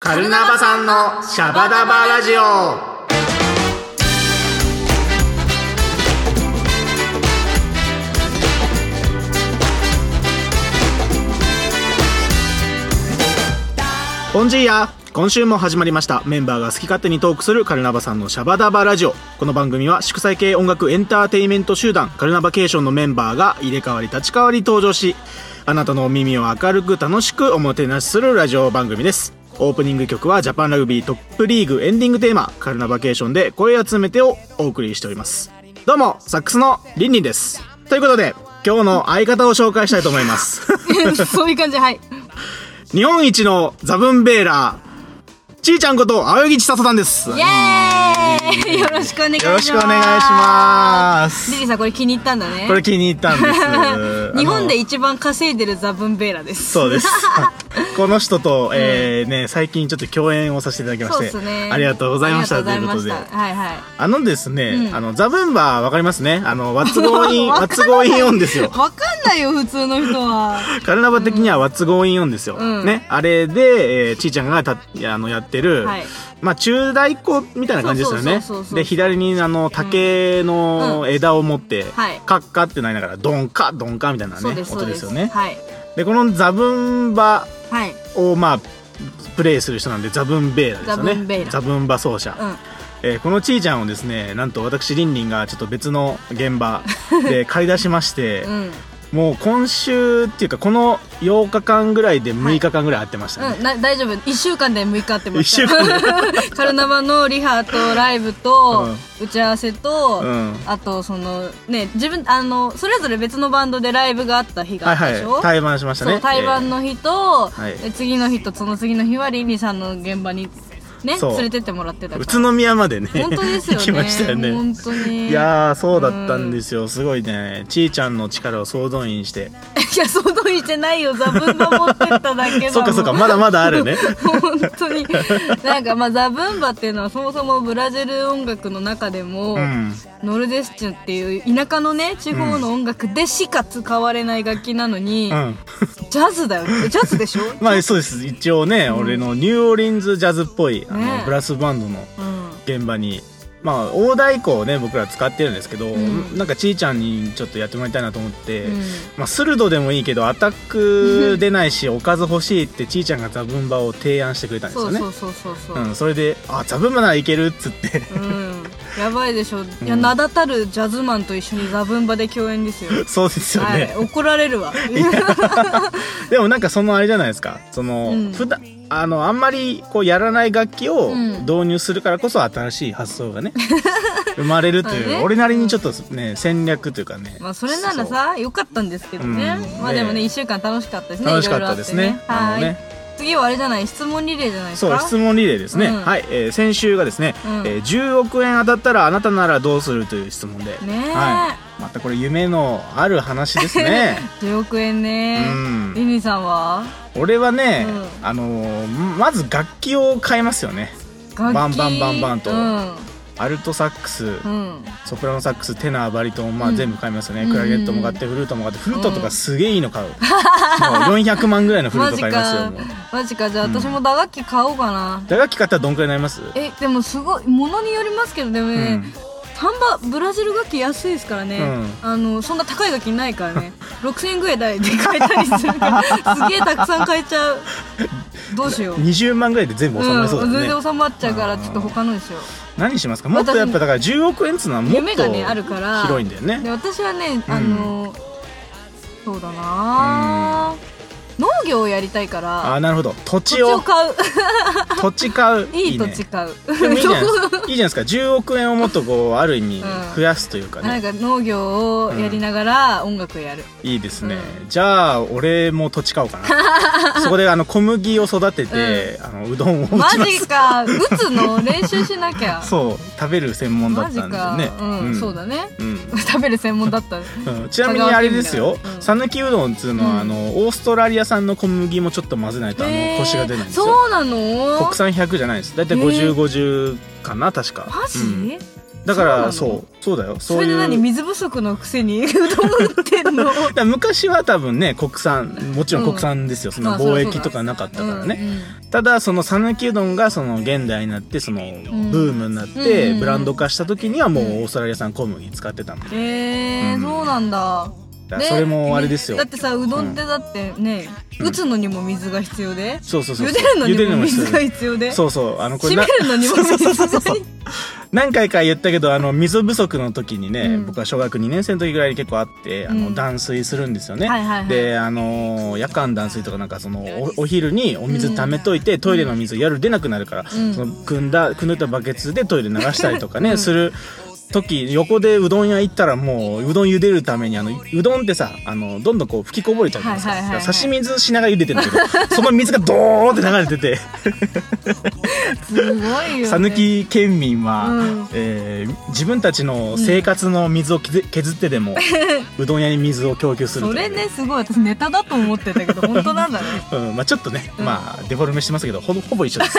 カルナバさんのシャバダバラジオボンジーや今週も始まりましたメンバーが好き勝手にトークするカルナバさんのシャバダバラジオこの番組は祝祭系音楽エンターテインメント集団カルナバケーションのメンバーが入れ替わり立ち替わり登場しあなたのお耳を明るく楽しくおもてなしするラジオ番組ですオープニング曲はジャパンラグビートップリーグエンディングテーマカルナバケーションで声集めてをお送りしておりますどうもサックスのリンリンですということで今日の相方を紹介したいと思います そういう感じ、はい。日本一のザブンベーラー、ちーちゃんこと青柳千里さんです。よイエーイよろしくお願いします。ろしくお願いしまリす。リーさん、これ気に入ったんだね。これ気に入ったんです。 日本あので一番稼いでるザブンベーラです。そう です。この人と、えーね、最近ちょっと共演をさせていただきまそうして、ですね。ありがとうございましたあといりうこがとうござでいま。したはいはい。あのですね、うんあの、ザブンバーわかりますね。あ の、ワッツゴーイン、ワわかんないッツゴーインオンですよ。わかんないよ、普通の人は。カルナバ的にはワッツゴーインオンですよ。うんね。あれで、えーちーちゃんがたあのやってる、はいまあ中大校みたいな感じですよねそうそうそうそうそう。そうで、左にあの竹の枝を持って、はいカッカってなりながら、ドンカ、ドンカみたいなそ うねで、す、そ音うでですす。よね。はい。で、このザブンバはい。をまあ、プレイする人なんで、ザブンベーラですよね。ザブンベーラザブンバ奏者。うん。えーこのちーちゃんをですね、なんと私、りんりんがちょっと別の現場で借り出しまして、 うん。もう今週っていうかこの8日間ぐらいで6日間ぐらい会ってましたね、うん、な大丈夫1週間で6日あってました一週間 カルナバのリハとライブと打ち合わせと、うんあとそのね自分あのそれぞれ別のバンドでライブがあった日がはあいはったでしょ、い対バンしましたそねう台湾の日と、えーはいで次の日とその次の日はリンリさんの現場にねそう連れてってもらってえたーか宇ら都宮までね本当です行よねきましたよね本当にいやーそうだったんですよすごいねちーちゃんの力を総動員していや、相当してないよ。ザブンバ持ってっただけだもん。そっかそっかまだまだあ るね本当に。なんかまあ、ザブンバっていうのはそもそもブラジル音楽の中でも、うんノルデスチュンっていう田舎のね、地方の音楽でしか使われない楽器なのに、うんジャズだよ。ジャズ でしょまあそうです一応ね、俺のニューオーリンズジャズっぽいあの、ねブラスバンドのうん。現場にまあ大太鼓をね僕ら使ってるんですけど、んなんかちーちゃんにちょっとやってもらいたいなと思って、うんまあ、スルドでもいいけどアタック出ないしおかず欲しいってちーちゃんがザブンバを提案してくれたんですよそうねそうそうそうそう。うん、それで「あザブンバならいける」っつっ てうんやばいでしょ、いや名だたるジャズマンと一緒にザブンバで共演ですよ、そうですよはいね、怒られるわでもなんかそのあれじゃないですかその、うん普段あのあんまりこうやらない楽器をうん導入するからこそ新しい発想 がね生まれるという、まあね俺なりにちょっとね戦略というかね まあそれならさ良かったんですけどね、うんまあでもねね1週間楽しかったですそうね楽しかったですねいろいろああっのてねねはい次はあれじゃない質問リレーじゃないですそうか質問リレーですね、うんはい、えー先週がですね、うんえー10億円当たったらあなたならどうするという質問で、ねえはい、またこれ夢のある話です ね10億円ねうんリニさんは俺はね、うんあのーまず楽器を買いますよね楽器バンバンバンバンとうんアルトサックス、うんソプラノサックステナーバリトン、まあ、うん全部買いますよね、うんクラゲットも買ってフルートも買ってフルートとかすげえいいの 買う、もう400万ぐらいのフルーマトジ買いますよかもうマジかじゃあ私も打楽器買おうかな打楽器買ったらどんくらいになりますえでもすごいものによりますけどでもうねん丹波ブラジル楽器安いですからね、うんあのそんな高い楽器ないからね 6000円ぐらいで買えたりするから すげえたくさん買えちゃうどうしよう20万ぐらいで全部収まりそうだん、ね、全然収まっちゃうからうんちょっと他のにしよ何しますかもっとやっぱだから10億円っつうのはうもっと夢がねあるから広いんだよでね私はねあの、そうだな、農業をやりたいかあらあなるほど土土地地をを 買う土地買う いい土ね地買うでもいいじゃないです そうかいいじゃないですか10億円をもっとこうある意味うん増やすというかなんね、か農業をやりながら音楽やる、いいですね、うじゃあ俺も土地買おうか なそこであの小麦を育てて、うあのうどんを打ちマますジか打つの練習しなき ゃそう食べる専門だマっジたんでか、ねうんそうだね うん食べる専門だったねうんちなみにあれですよ香川県だうん讃岐、うどんっつうのは、うんあのオーストラリア産の小麦もちょっと混ぜないとあのへーコシが出ないんですよそうなの国産100じゃないですだいたいへー5050かな確かマジ、うんだからそうなそのうそうだよそそうれいで何う水不足のくせに うどん売って んのだから昔は多分ね国産もちろんうん国産ですよ、そまのあそりゃ貿そうだ易とかなかったからね、うんうんただその讃岐うどんがその現代になってそのんブームになって、うんブランド化した時にはもうオうんーストラリア産小麦使ってたんだえーうんそうなんだだからそれもあれですよ、だってさうどんってだってね、うん打つのにも水が必要でそうそうそう茹でるの茹でにるも必要水が必要でそうそうあのこれ締なめるのにもそう水そうがそうそうそ必要う何回か言ったけどあの水不足の時にね、うん僕は小学2年生の時ぐらいに結構あってあの、うん断水するんですよね、はいはいはいであのー夜間断水とかなんかそのおお昼にお水貯めといて、トイレの水夜出なくなるから、んその汲んだ汲んでたバケツでトイレ流したりと かね、する時横でうどん屋行ったらもううどん茹でるためにあのうどんってさあのどんどんこう吹きこぼれちゃうじゃないですか、はいはいはいはいだから差し水しながら茹でてるんだけどその水がドーって流れてて。すごいよ、ね、讃岐県民は、うんえー自分たちの生活の水を削削ってで も、うどん屋に水を供給するとそいれうね、すごい私ネタだと思ってたけど本当なんだね うんまあ、ちょっとね、うんまあデフォルメしてますけどほぼほぼ一緒 です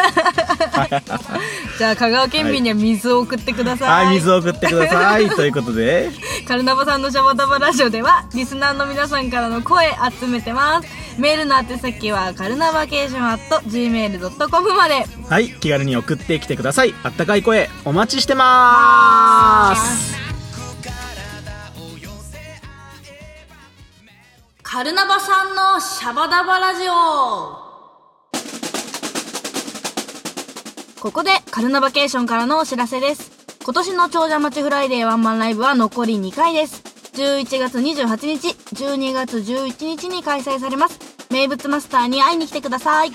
じゃあ香川県民には水を送ってください、はい水を送ってくださいということで カルナバさんのシャバダバラジオではリスナーの皆さんからの声集めてますメールの宛先はカルナバケーションアット gmail.com まではい気軽に送ってきてくださいあったかい声お待ちしてますカルナバさんのシャバダバラジオここでカルナバケーションからのお知らせです今年の長者町フライデーワンマンライブは残り2回です11月28日12月11日に開催されます名物マスターに会いに来てください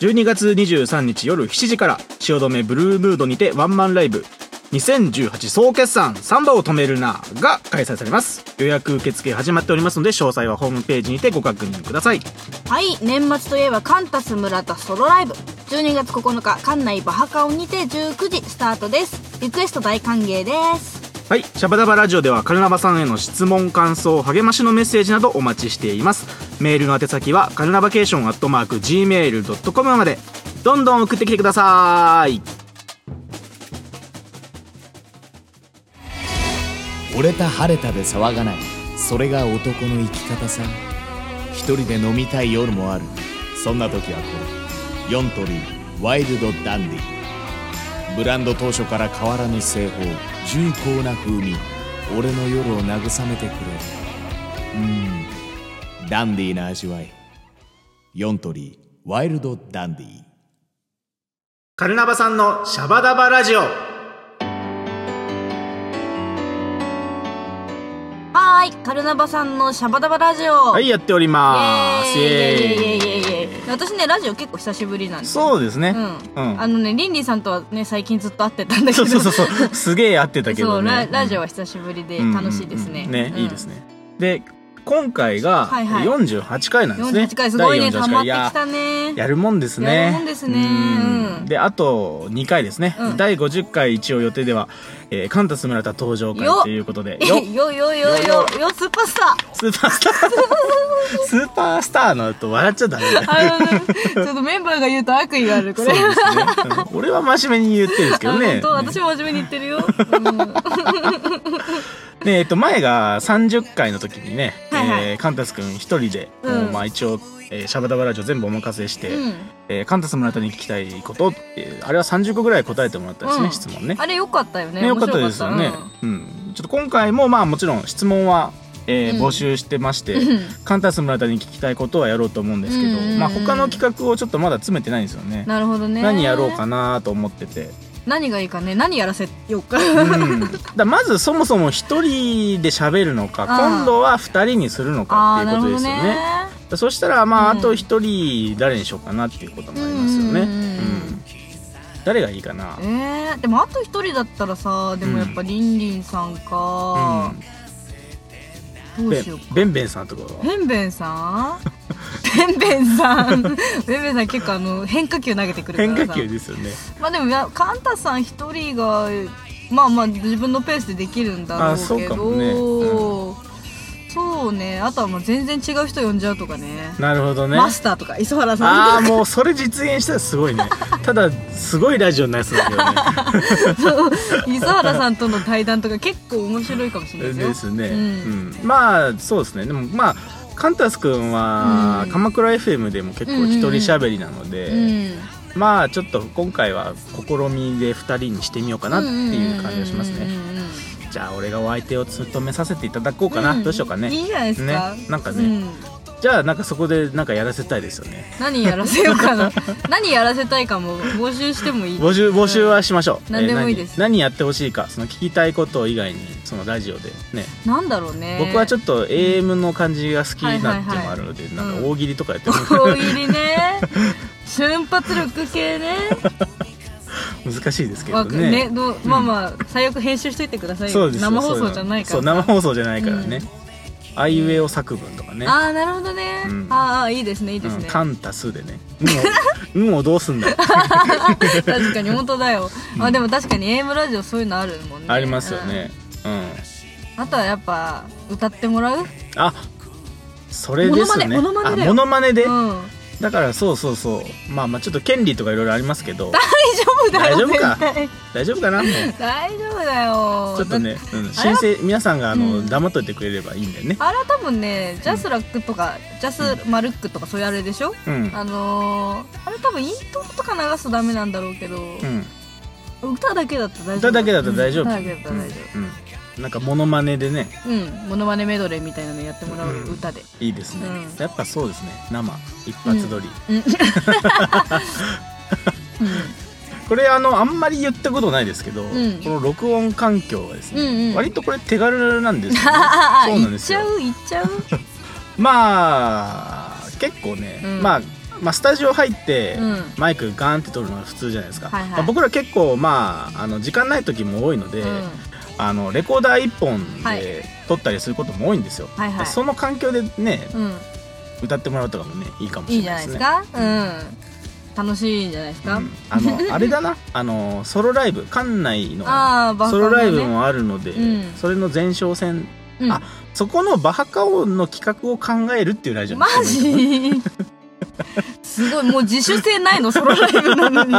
12月23日夜7時から汐留ブルームードにてワンマンライブ2018総決算サンバを止めるなが開催されます予約受付始まっておりますので詳細はホームページにてご確認くださいはい年末といえばカンタス村田ソロライブ12月9日館内バハカオにて19時スタートですリクエスト大歓迎ですはいシャバダバラジオではカルナバさんへの質問感想励ましのメッセージなどお待ちしていますメールの宛先はカルナバケーションアットマーク Gmail.com までどんどん送ってきてください俺た晴れたで騒がないそれが男の生き方さ一人で飲みたい夜もあるそんな時はこれ4トリーワイルドダンディブランド当初から変わらぬ製法重厚な風味俺の夜を慰めてくれるうんダンディーな味わい4トリーワイルドダンディーカルナバさんのシャバダバラジオはーいカルナバさんのシャバダバラジオははいやっておりますイエーイイエーイイエーイイエーイイエーイ私ねラジオ結構久しぶりなんですよそうですね。う、うんんあのねリンリンさんとはね最近ずっと会ってたんだけそどうそうそうそう。すげえ合ってたけそどうね。ララジオはは久しぶりで楽しいですね、ね、いいですねね。で、今回がはいはい48回なんですね。 48回すごいね第48溜まっいてきやたねやるもんですね。やるもんですねうんうんで、あと2回ですね。うん第50回一応予定では、えーカンタス村田登場よ会っということで、よよよよよよスーパースタースーパース ター、スーパースターのと笑っちゃダメだよ。あのねちょっとメンバーが言うと悪意があるこそうれですね。うん俺は真面目に言ってるんですけどね本。当私も真面目に言ってるよ、うんで、えっと、前が30回の時にね、はいはいえーカンタス君一人で、うんもうまあ一応、えーシャバダバラジオ全部お任せして、うんえーカンタス村田に聞きたいこと、えーあれは30個ぐらい答えてもらったんですね、うん質問ね。あれ良かったよねね、よかった面で白すよね。うん。ちょっと今回も、まあもちろん質問は、えーうん募集してまして、うんカンタス村田に聞きたいことはやろうと思うんですけど、うんうんうんまあ他の企画をちょっとまだ詰めてないんですよね。なるほどね何やろうかなと思ってて。何がいいかね何やらせようかうん、だまずそもそも一人で喋るのかあー今度は二人にするのあかあっていなうるこほとですどよねねそしたらまあ、うんあと一人誰にしようかなっていうこともありますよね、うんんううんうん誰がいいかなえー、でもあと一人だったらさでもやっぱりんりんさんか、どうべしようかべんべんさんとかはべんべ んさんべんべんさんべんべんさん結構あの変化球投げてくるから変さ化球ですよねまあでもやカンタさん一人がまあまあ自分のペースでできるんだろうけどあそうかもねうそうをねあとはもう全然違う人呼んじゃうとかねなるほどねマスターとか磯原さんああもうそれ実現したらすごいね ただすごいラジオになりそうだけどね 磯原さんとの対談とか結構面白いかもしれないですよですね、うんうんまあそうですねでもまあカンタス君は、うん鎌倉 FM でも結構一人喋りなので、うんまあちょっと今回は試みで2人にしてみようかなっていう感じがしますね、うんうんうんうんじゃあ俺がお相手を務めさせていただこうかな、んどうしようかねいいじゃないですか、ねなんかねうんじゃあなんかそこでなんかやらせたいですよね何やらせようかな 何やらせたいかも募集してもいい募集募集はしましょう、何でもいいです何何やってほしいかその聞きたいこと以外にそのラジオでねなんだろうね僕はちょっっと AM の感じが好きなっていうのもあるので、いはいなんか大喜利とかやっても大喜利 ね瞬発力系ね難しいですけわどかねねどうまあまあ最悪編集しといてくださいよそうですよ生放送じゃないかそうら生放送じゃないからね、あいうえお作文とかねああなるほどね、うんああいいですねいいですうんね、カンタスでね「うん」をどうす んだ確かに本当だよ、あでも確かに AM ラジオそういうのあるもんねありますよねうんうんあとはやっぱ歌ってもらうあそれですねモノマネモノマネだあモノマネで、ようんだからそうそうそうまあまあちょっと権利とかいろいろありますけど大丈夫だよ大丈夫か絶対大丈夫かな もう大丈夫だよちょっとねだ、うん、申請皆さんがあの、うん黙っといてくれればいいんだよねあれは多分ねジャスラックとかジャスマルックとかそういうあれでしょ、うんあのー、あれ多分イントロとか流すとダメなんだろうけど、うん歌だけだったら大丈夫歌だけだと大丈夫、うんう歌んだけだったら大丈うんなんかモノマネでね夫うん、モノマネメドレーみたいなのやってもらううん 歌で、いいですね、うんやっぱそうですね生一発撮り、 うんこれあのあんまり言ったことないですけど、んこの録音環境はですね、うんうん割とこれ手軽なんですよ、 ねあ、あそうなん行でっすちよゃう行っちゃうまあ結構ね、うんまあまあ、スタジオ入って、うんマイクガーンって撮るのが普通じゃないですか、はいはいまあ僕ら結構、まあ、あの時間ない時も多いので、うんあのレコーダー1本はいで撮ったりすることも多いんですよ、はいはいその環境でねうん歌ってもらうとかもねいいかもしいいれじゃなないいでですすねかうん楽しいんじゃないですか、うんあのあれだなあのソロライブ館内のああバッソファローがライねブもあるので、うんそれの前哨戦うんあそこのバハカオの企画を考えるっていうラジオにマしてもいいジすごいもう自主性ないのソロライブなのに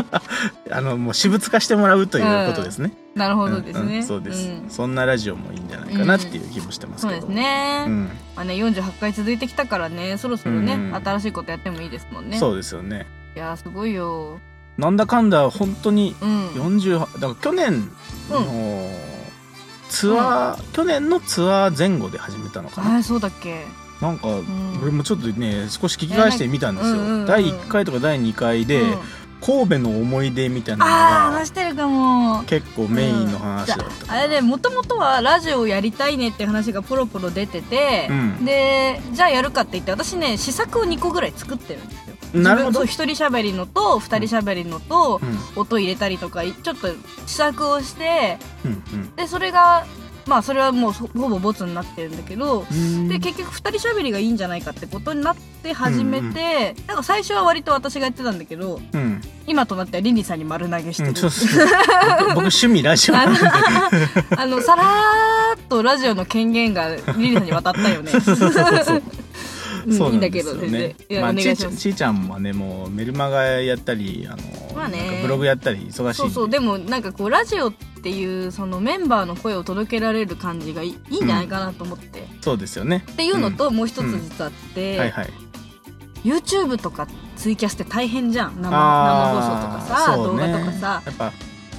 あのもう私物化してもらうということですね、なるほどですうんうねんそうです、んそんなラジオもいいんじゃないかなっていう気もしてますそうけでど、すね,、うんまあ、ね48回続いてきたからねそろそろね、うん新しいことやってもいいですもんねそうですよねいやーすごいよなんだかんだ本当にうん48だから去年のツアー、去年のツアー前後で始めたのかな、あそうだっけなんか、ん俺もちょっとね少し聞き返してみたんですよ、うんうんうん第1回とか第2回で、うん神戸の思い出みたいなのああが話してるかも結構メインの話だったうんかあら、れでもともとはラジオをやりたいねって話がポロポロ出てて、うんでじゃあやるかって言って私ね試作を2個ぐらい作ってるんですよなるほど自分と一人喋りのと二人喋りのと、音入れたりとかいちょっと試作をしてうんうんでそれがまあそれはもうほほぼボツになってるんだけどうんで結局二人喋りがいいんじゃないかってことになって始めて、なんか最初は割と私がやってたんだけどうん、今となってはリンリさんに丸投げしてうる、ん、そうそう僕 趣味ラジオなんで あのさらーっとラジオの権限がリリーさんに渡ったよね。 そうそうそうそううんそういなんいんだでけすどよ全然ね。いや、まあお願いちいしちます。ちいちゃんもねもうメルマガやったりあの、まあねなんかブログやったり忙しいそうそうでもなんかこうラジオっていうそのメンバーの声を届けられる感じがいいいいんじゃないかなと思って、そうですよねっていうのともう一つ実はあって、はいはい YouTube とかツイキャスって大変じゃん生生あ放ー送とかさ、そ動うね画とかさやっぱ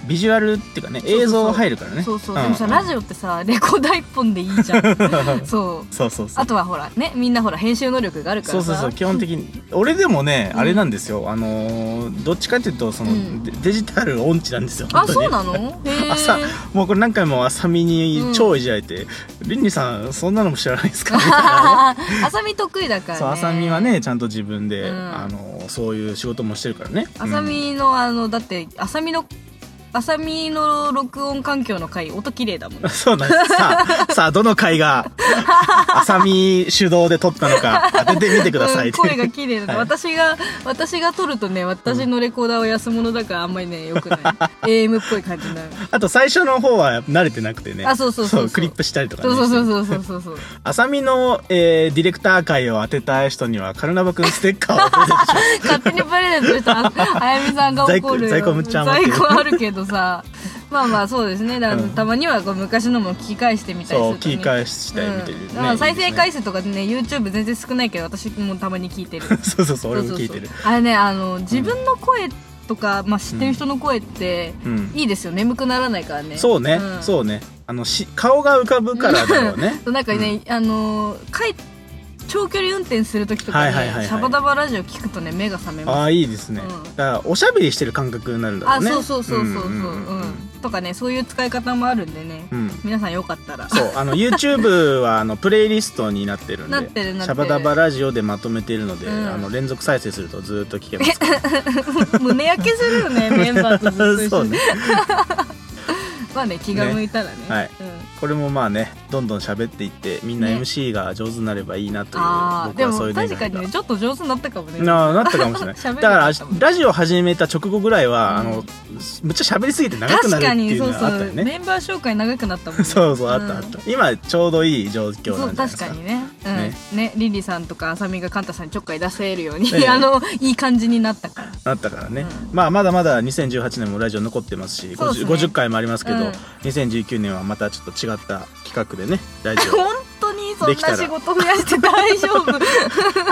ビジュアルっていうかねうそう映像が入るからねそうそうでもさ、んラジオってさレコーダー一本でいいじゃ んそうそうそうそうあとはほらねみんなほら編集能力があるかそらうさそうそう基本的に俺でもね、あれなんですよあのーどっちかっていうとその、うんデデジタル音痴なんですよあ本当にそうなのへー朝もうこれ何回も浅見うにん超いじられて「り、んりさんそんなのも知らないです か?」みたいなねあさみ得意だからねそう浅見はねちゃんと自分で、うんあのーそういう仕事もしてるからねあさみのあのだってあさみの浅見の録音環境の回音綺麗だも んそうなんです。さあ、さあ、どの回 が、浅見主導で撮ったのか、当ててみてください。うん声が綺麗だ、はねい私が私が撮るとね私のレコーダーは安物だからあんまりねよくない AM っぽい感じになるあと最初の方は慣れてなくてね。あそうそうそうそうクリップしたりとかね。そうそうそうそうそうそう浅見の、えーディレクター会を当てたい人には、カルナバくんステッカーをプレゼン トします。勝手にプレゼントしたああやみさんが怒るよ在庫在庫むっちゃ余って在る庫あるけどさまあまあそうですねだからうんたまにはこう昔のも聞き返してみたりするそと、う、ね、切り返してみてる、ねうんだから再生数。回数とかね YouTube 全然少ないけど私もたまに聞いてるそうそう そう、俺も聞いてる。そうそうそうあれねあの自分の声とか、まあ、知ってる人の声って、うんいいですよ眠くならないからねそうね、ん。そうね。あの、し、顔が浮かぶからだろうねそうなんかね、あのーかい長距離運転する時とかはね、いはいはいはいシャバダバラジオ聞くとね目が覚めま すああ、いいですね。うんだから、おしゃべりしてる感覚になるんだろあうね。そうそうそうそうそう,、うんんんうんとかねそういう使い方もあるんでね、うん。皆さんよかったら そうあの YouTube はあのプレイリストになってるんでなってるなってるシャバダバラジオでまとめているので、うんあの連続再生するとずーっと聞け ますから胸焼けする よねメンバーとずっと一そ緒うに、ねまあね気が向いたらねはいうんこれもまあねどんどん喋っていってみんなね MC が上手になればいいなという、ああ僕ではもそういう願い確かにがねちょっと上手になったかもねなあなったかもしれない 喋だかれなからったもんラジオ始めた直後ぐらいは、うんあのむっちゃ喋りすぎて長く確なるっかていにうそのうがあそったうよねメンバー紹介長くなったもん ねそうそうあったあっんた、今ちょうどいい状況なそんうじゃないで確すかかにね,、うん、ねねリリさんとかあさみがカンタさんにちょっかい出せるように、ねあのいい感じになっ たからなったからね、うまあまだまだ2018年もラジオ残ってますしそうです 50, ね50回もありますけど、うん2019年はまたちょっと違った企画でねラジオ本当にそんできたらな仕事増やして大丈夫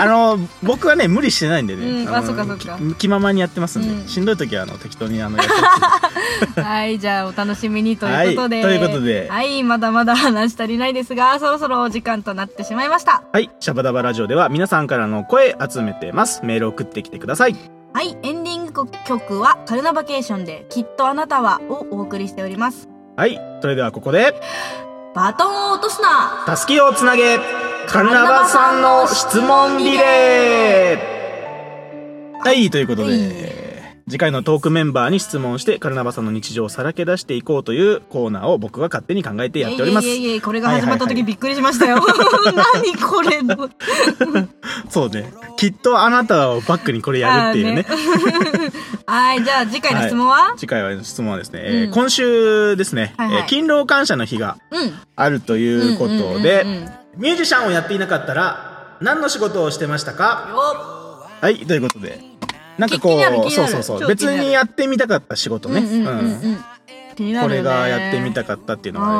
あの僕はね無理してないんでね、うんのあそうかそうかき気ままにやってますんで、うんしんどい時はあの適当にあのやって ます はいじゃあお楽しみにということで、はいということではいまだまだ話し足りないですがそろそろお時間となってしまいましたはいシャバダバラジオでは皆さんからの声集めてますメール送ってきてくださいはいエンディング曲は「カルナバケーションできっとあなたは」をお送りしておりますはいそれではここでバトンを落とすなたすきをつなげカルナバさんの質問リレーはいということで、次回のトークメンバーに質問してカルナバさんの日常をさらけ出していこうというコーナーを僕が勝手に考えてやっておりますいえいえいえいえこれが始まったはいはいは時いびっくりしましたよ 何これそうねきっとあなたをバックにこれやるっていうねあ はいじゃあ次回の質問は、次回は質問はですね、えーうん今週ですね、はいはえいー勤労感謝の日がうんあるということで、うんうんうんうんよミュージシャンをやっていなかったら何の仕事をしてましたかっはい、ということで。なんか気こになる気う、にそうなるそうそう。超気別になるにやってみたかった仕事ね。うんうんうんうんうん気になこるよれねがやってみたかったっていうのがあ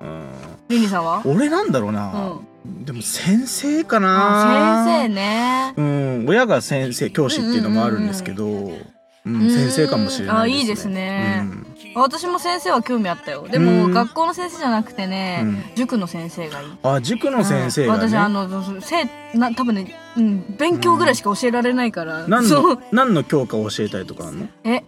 れば。うんリリさんは俺なんだろううな。んでも先生かあな。先生ねうん、親が先生、教師っていうのもあるんですけど、うん、先生かもしれないうんあいいですねうん私も先生は興味あったよでうもん学校の先生じゃなくてね、うん塾の先生がいいあ、塾の先生うん私があね。のせな多分ね、うん、勉強ぐらいしか教えられないから、何そのう、何の教科を教えたりとかあるのえ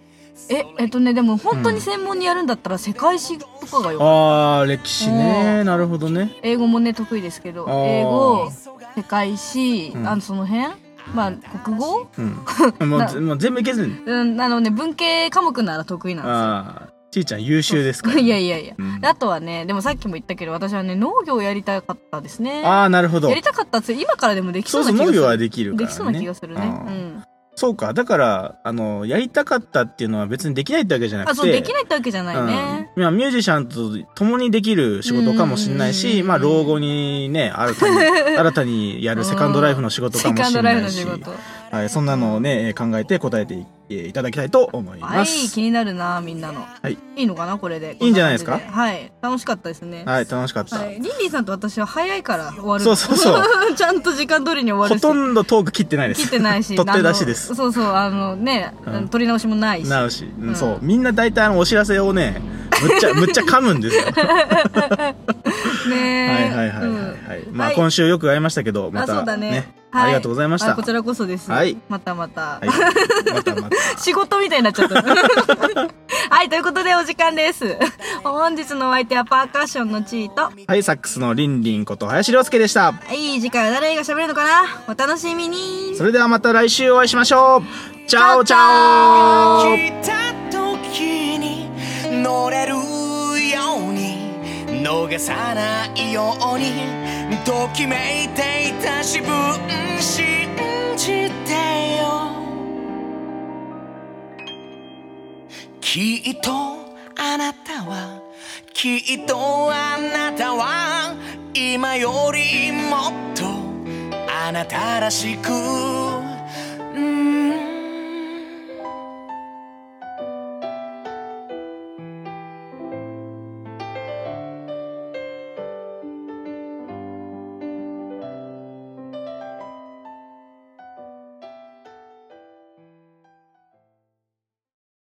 ええっとねでも本当に専門にやるんだったら世界史とかがよ、あー、歴史ね。なるほどね。英語もね得意ですけどあー英語世界史、うんあのその辺まあ国語、 うん。もうぜもう全部いけずに。うん、あのね文系科目なら得意なんでああ、ちいちゃん優秀ですすかよら。 いやいやいや、うんであとはねでもさっきも言ったけど私はね農業やりたかったですねああ、なるほどや。りたかったっつ今からでもできそそううそなう、農気がする業はできるから、ね。できそうな気がするねうんうんそうか。だから、あの、やりたかったっていうのは別にできないってわけじゃなくて。あそうできないってわけじゃないね、うんまあミュージシャンと共にできる仕事かもしれないうんうんうんし、うんまあ、老後にね、新た に、新たにやるセカンドライフの仕事かセもカンしドれライフなのいし仕、事はい、そんなのをね、えー考えて答えていただきたいと思いはまいす。気になるなみんなのいいいのかなこれでいいんじゃないですかこな感じではい楽しかったですねはい、楽しかった。はいリンリーさんと私は早いから終わるそうそうそ ちゃんと時間通りに終わほるしとんどトーク切ってないです。切ってない し取って出しですあのそうそうあのね、うん取り直しもないしなるし、うんうんそうみんな大体あのお知らせをねむ っちゃむっちゃ噛むんですよ。はねいはいはいはいはい。まあ今週よく会いましたけどまあそうただねねはいありがとうございました。あこちらこそです、はいまたまた、はい。またまた。仕事みたいになっちゃった。 はい、ということでお時間です。本日のお相手はパーカッションのチート。ははいサックスのりんりんこと林亮介でした。い、次回は誰が喋るのかなお楽しみにそれではまた来週お会いしましょう。チャオチャオ。来た時に逃さないようにときめいていた自分信じてよきっとあなたはきっとあなたは今よりもっとあなたらしく